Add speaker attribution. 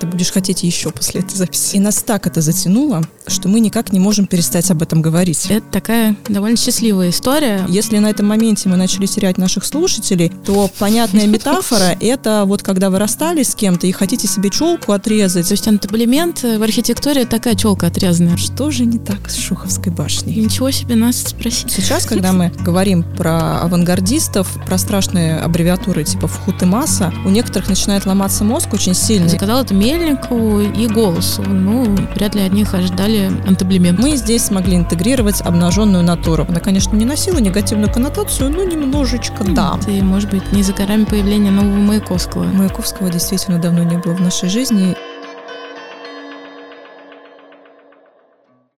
Speaker 1: ты будешь хотеть еще после этой записи. И нас так это затянуло, что мы никак не можем перестать об этом говорить.
Speaker 2: Это такая довольно счастливая история.
Speaker 1: Если на этом моменте мы начали терять наших слушателей, то понятная метафора — это вот когда вы расстались с кем-то и хотите себе челку отрезать.
Speaker 2: То есть антаблемент в архитектуре такая челка отрезанная.
Speaker 1: Что же не так с Шуховской башней?
Speaker 2: Ничего себе нас спросить.
Speaker 1: Сейчас, когда мы говорим про авангардистов, про страшные аббревиатуры типа «вхут» и «масса», у некоторых начинает ломаться мозг очень сильно.
Speaker 2: Заказал это Мельнику и Голосу. Ну, вряд ли от них ожидали антаблемент.
Speaker 1: Мы здесь смогли интегрировать обнаженную натуру. Она, конечно, не носила негативную коннотацию, но немножечко да.
Speaker 2: И, может быть, не за горами появления нового Маяковского.
Speaker 1: Маяковского действительно давно не было в нашей жизни.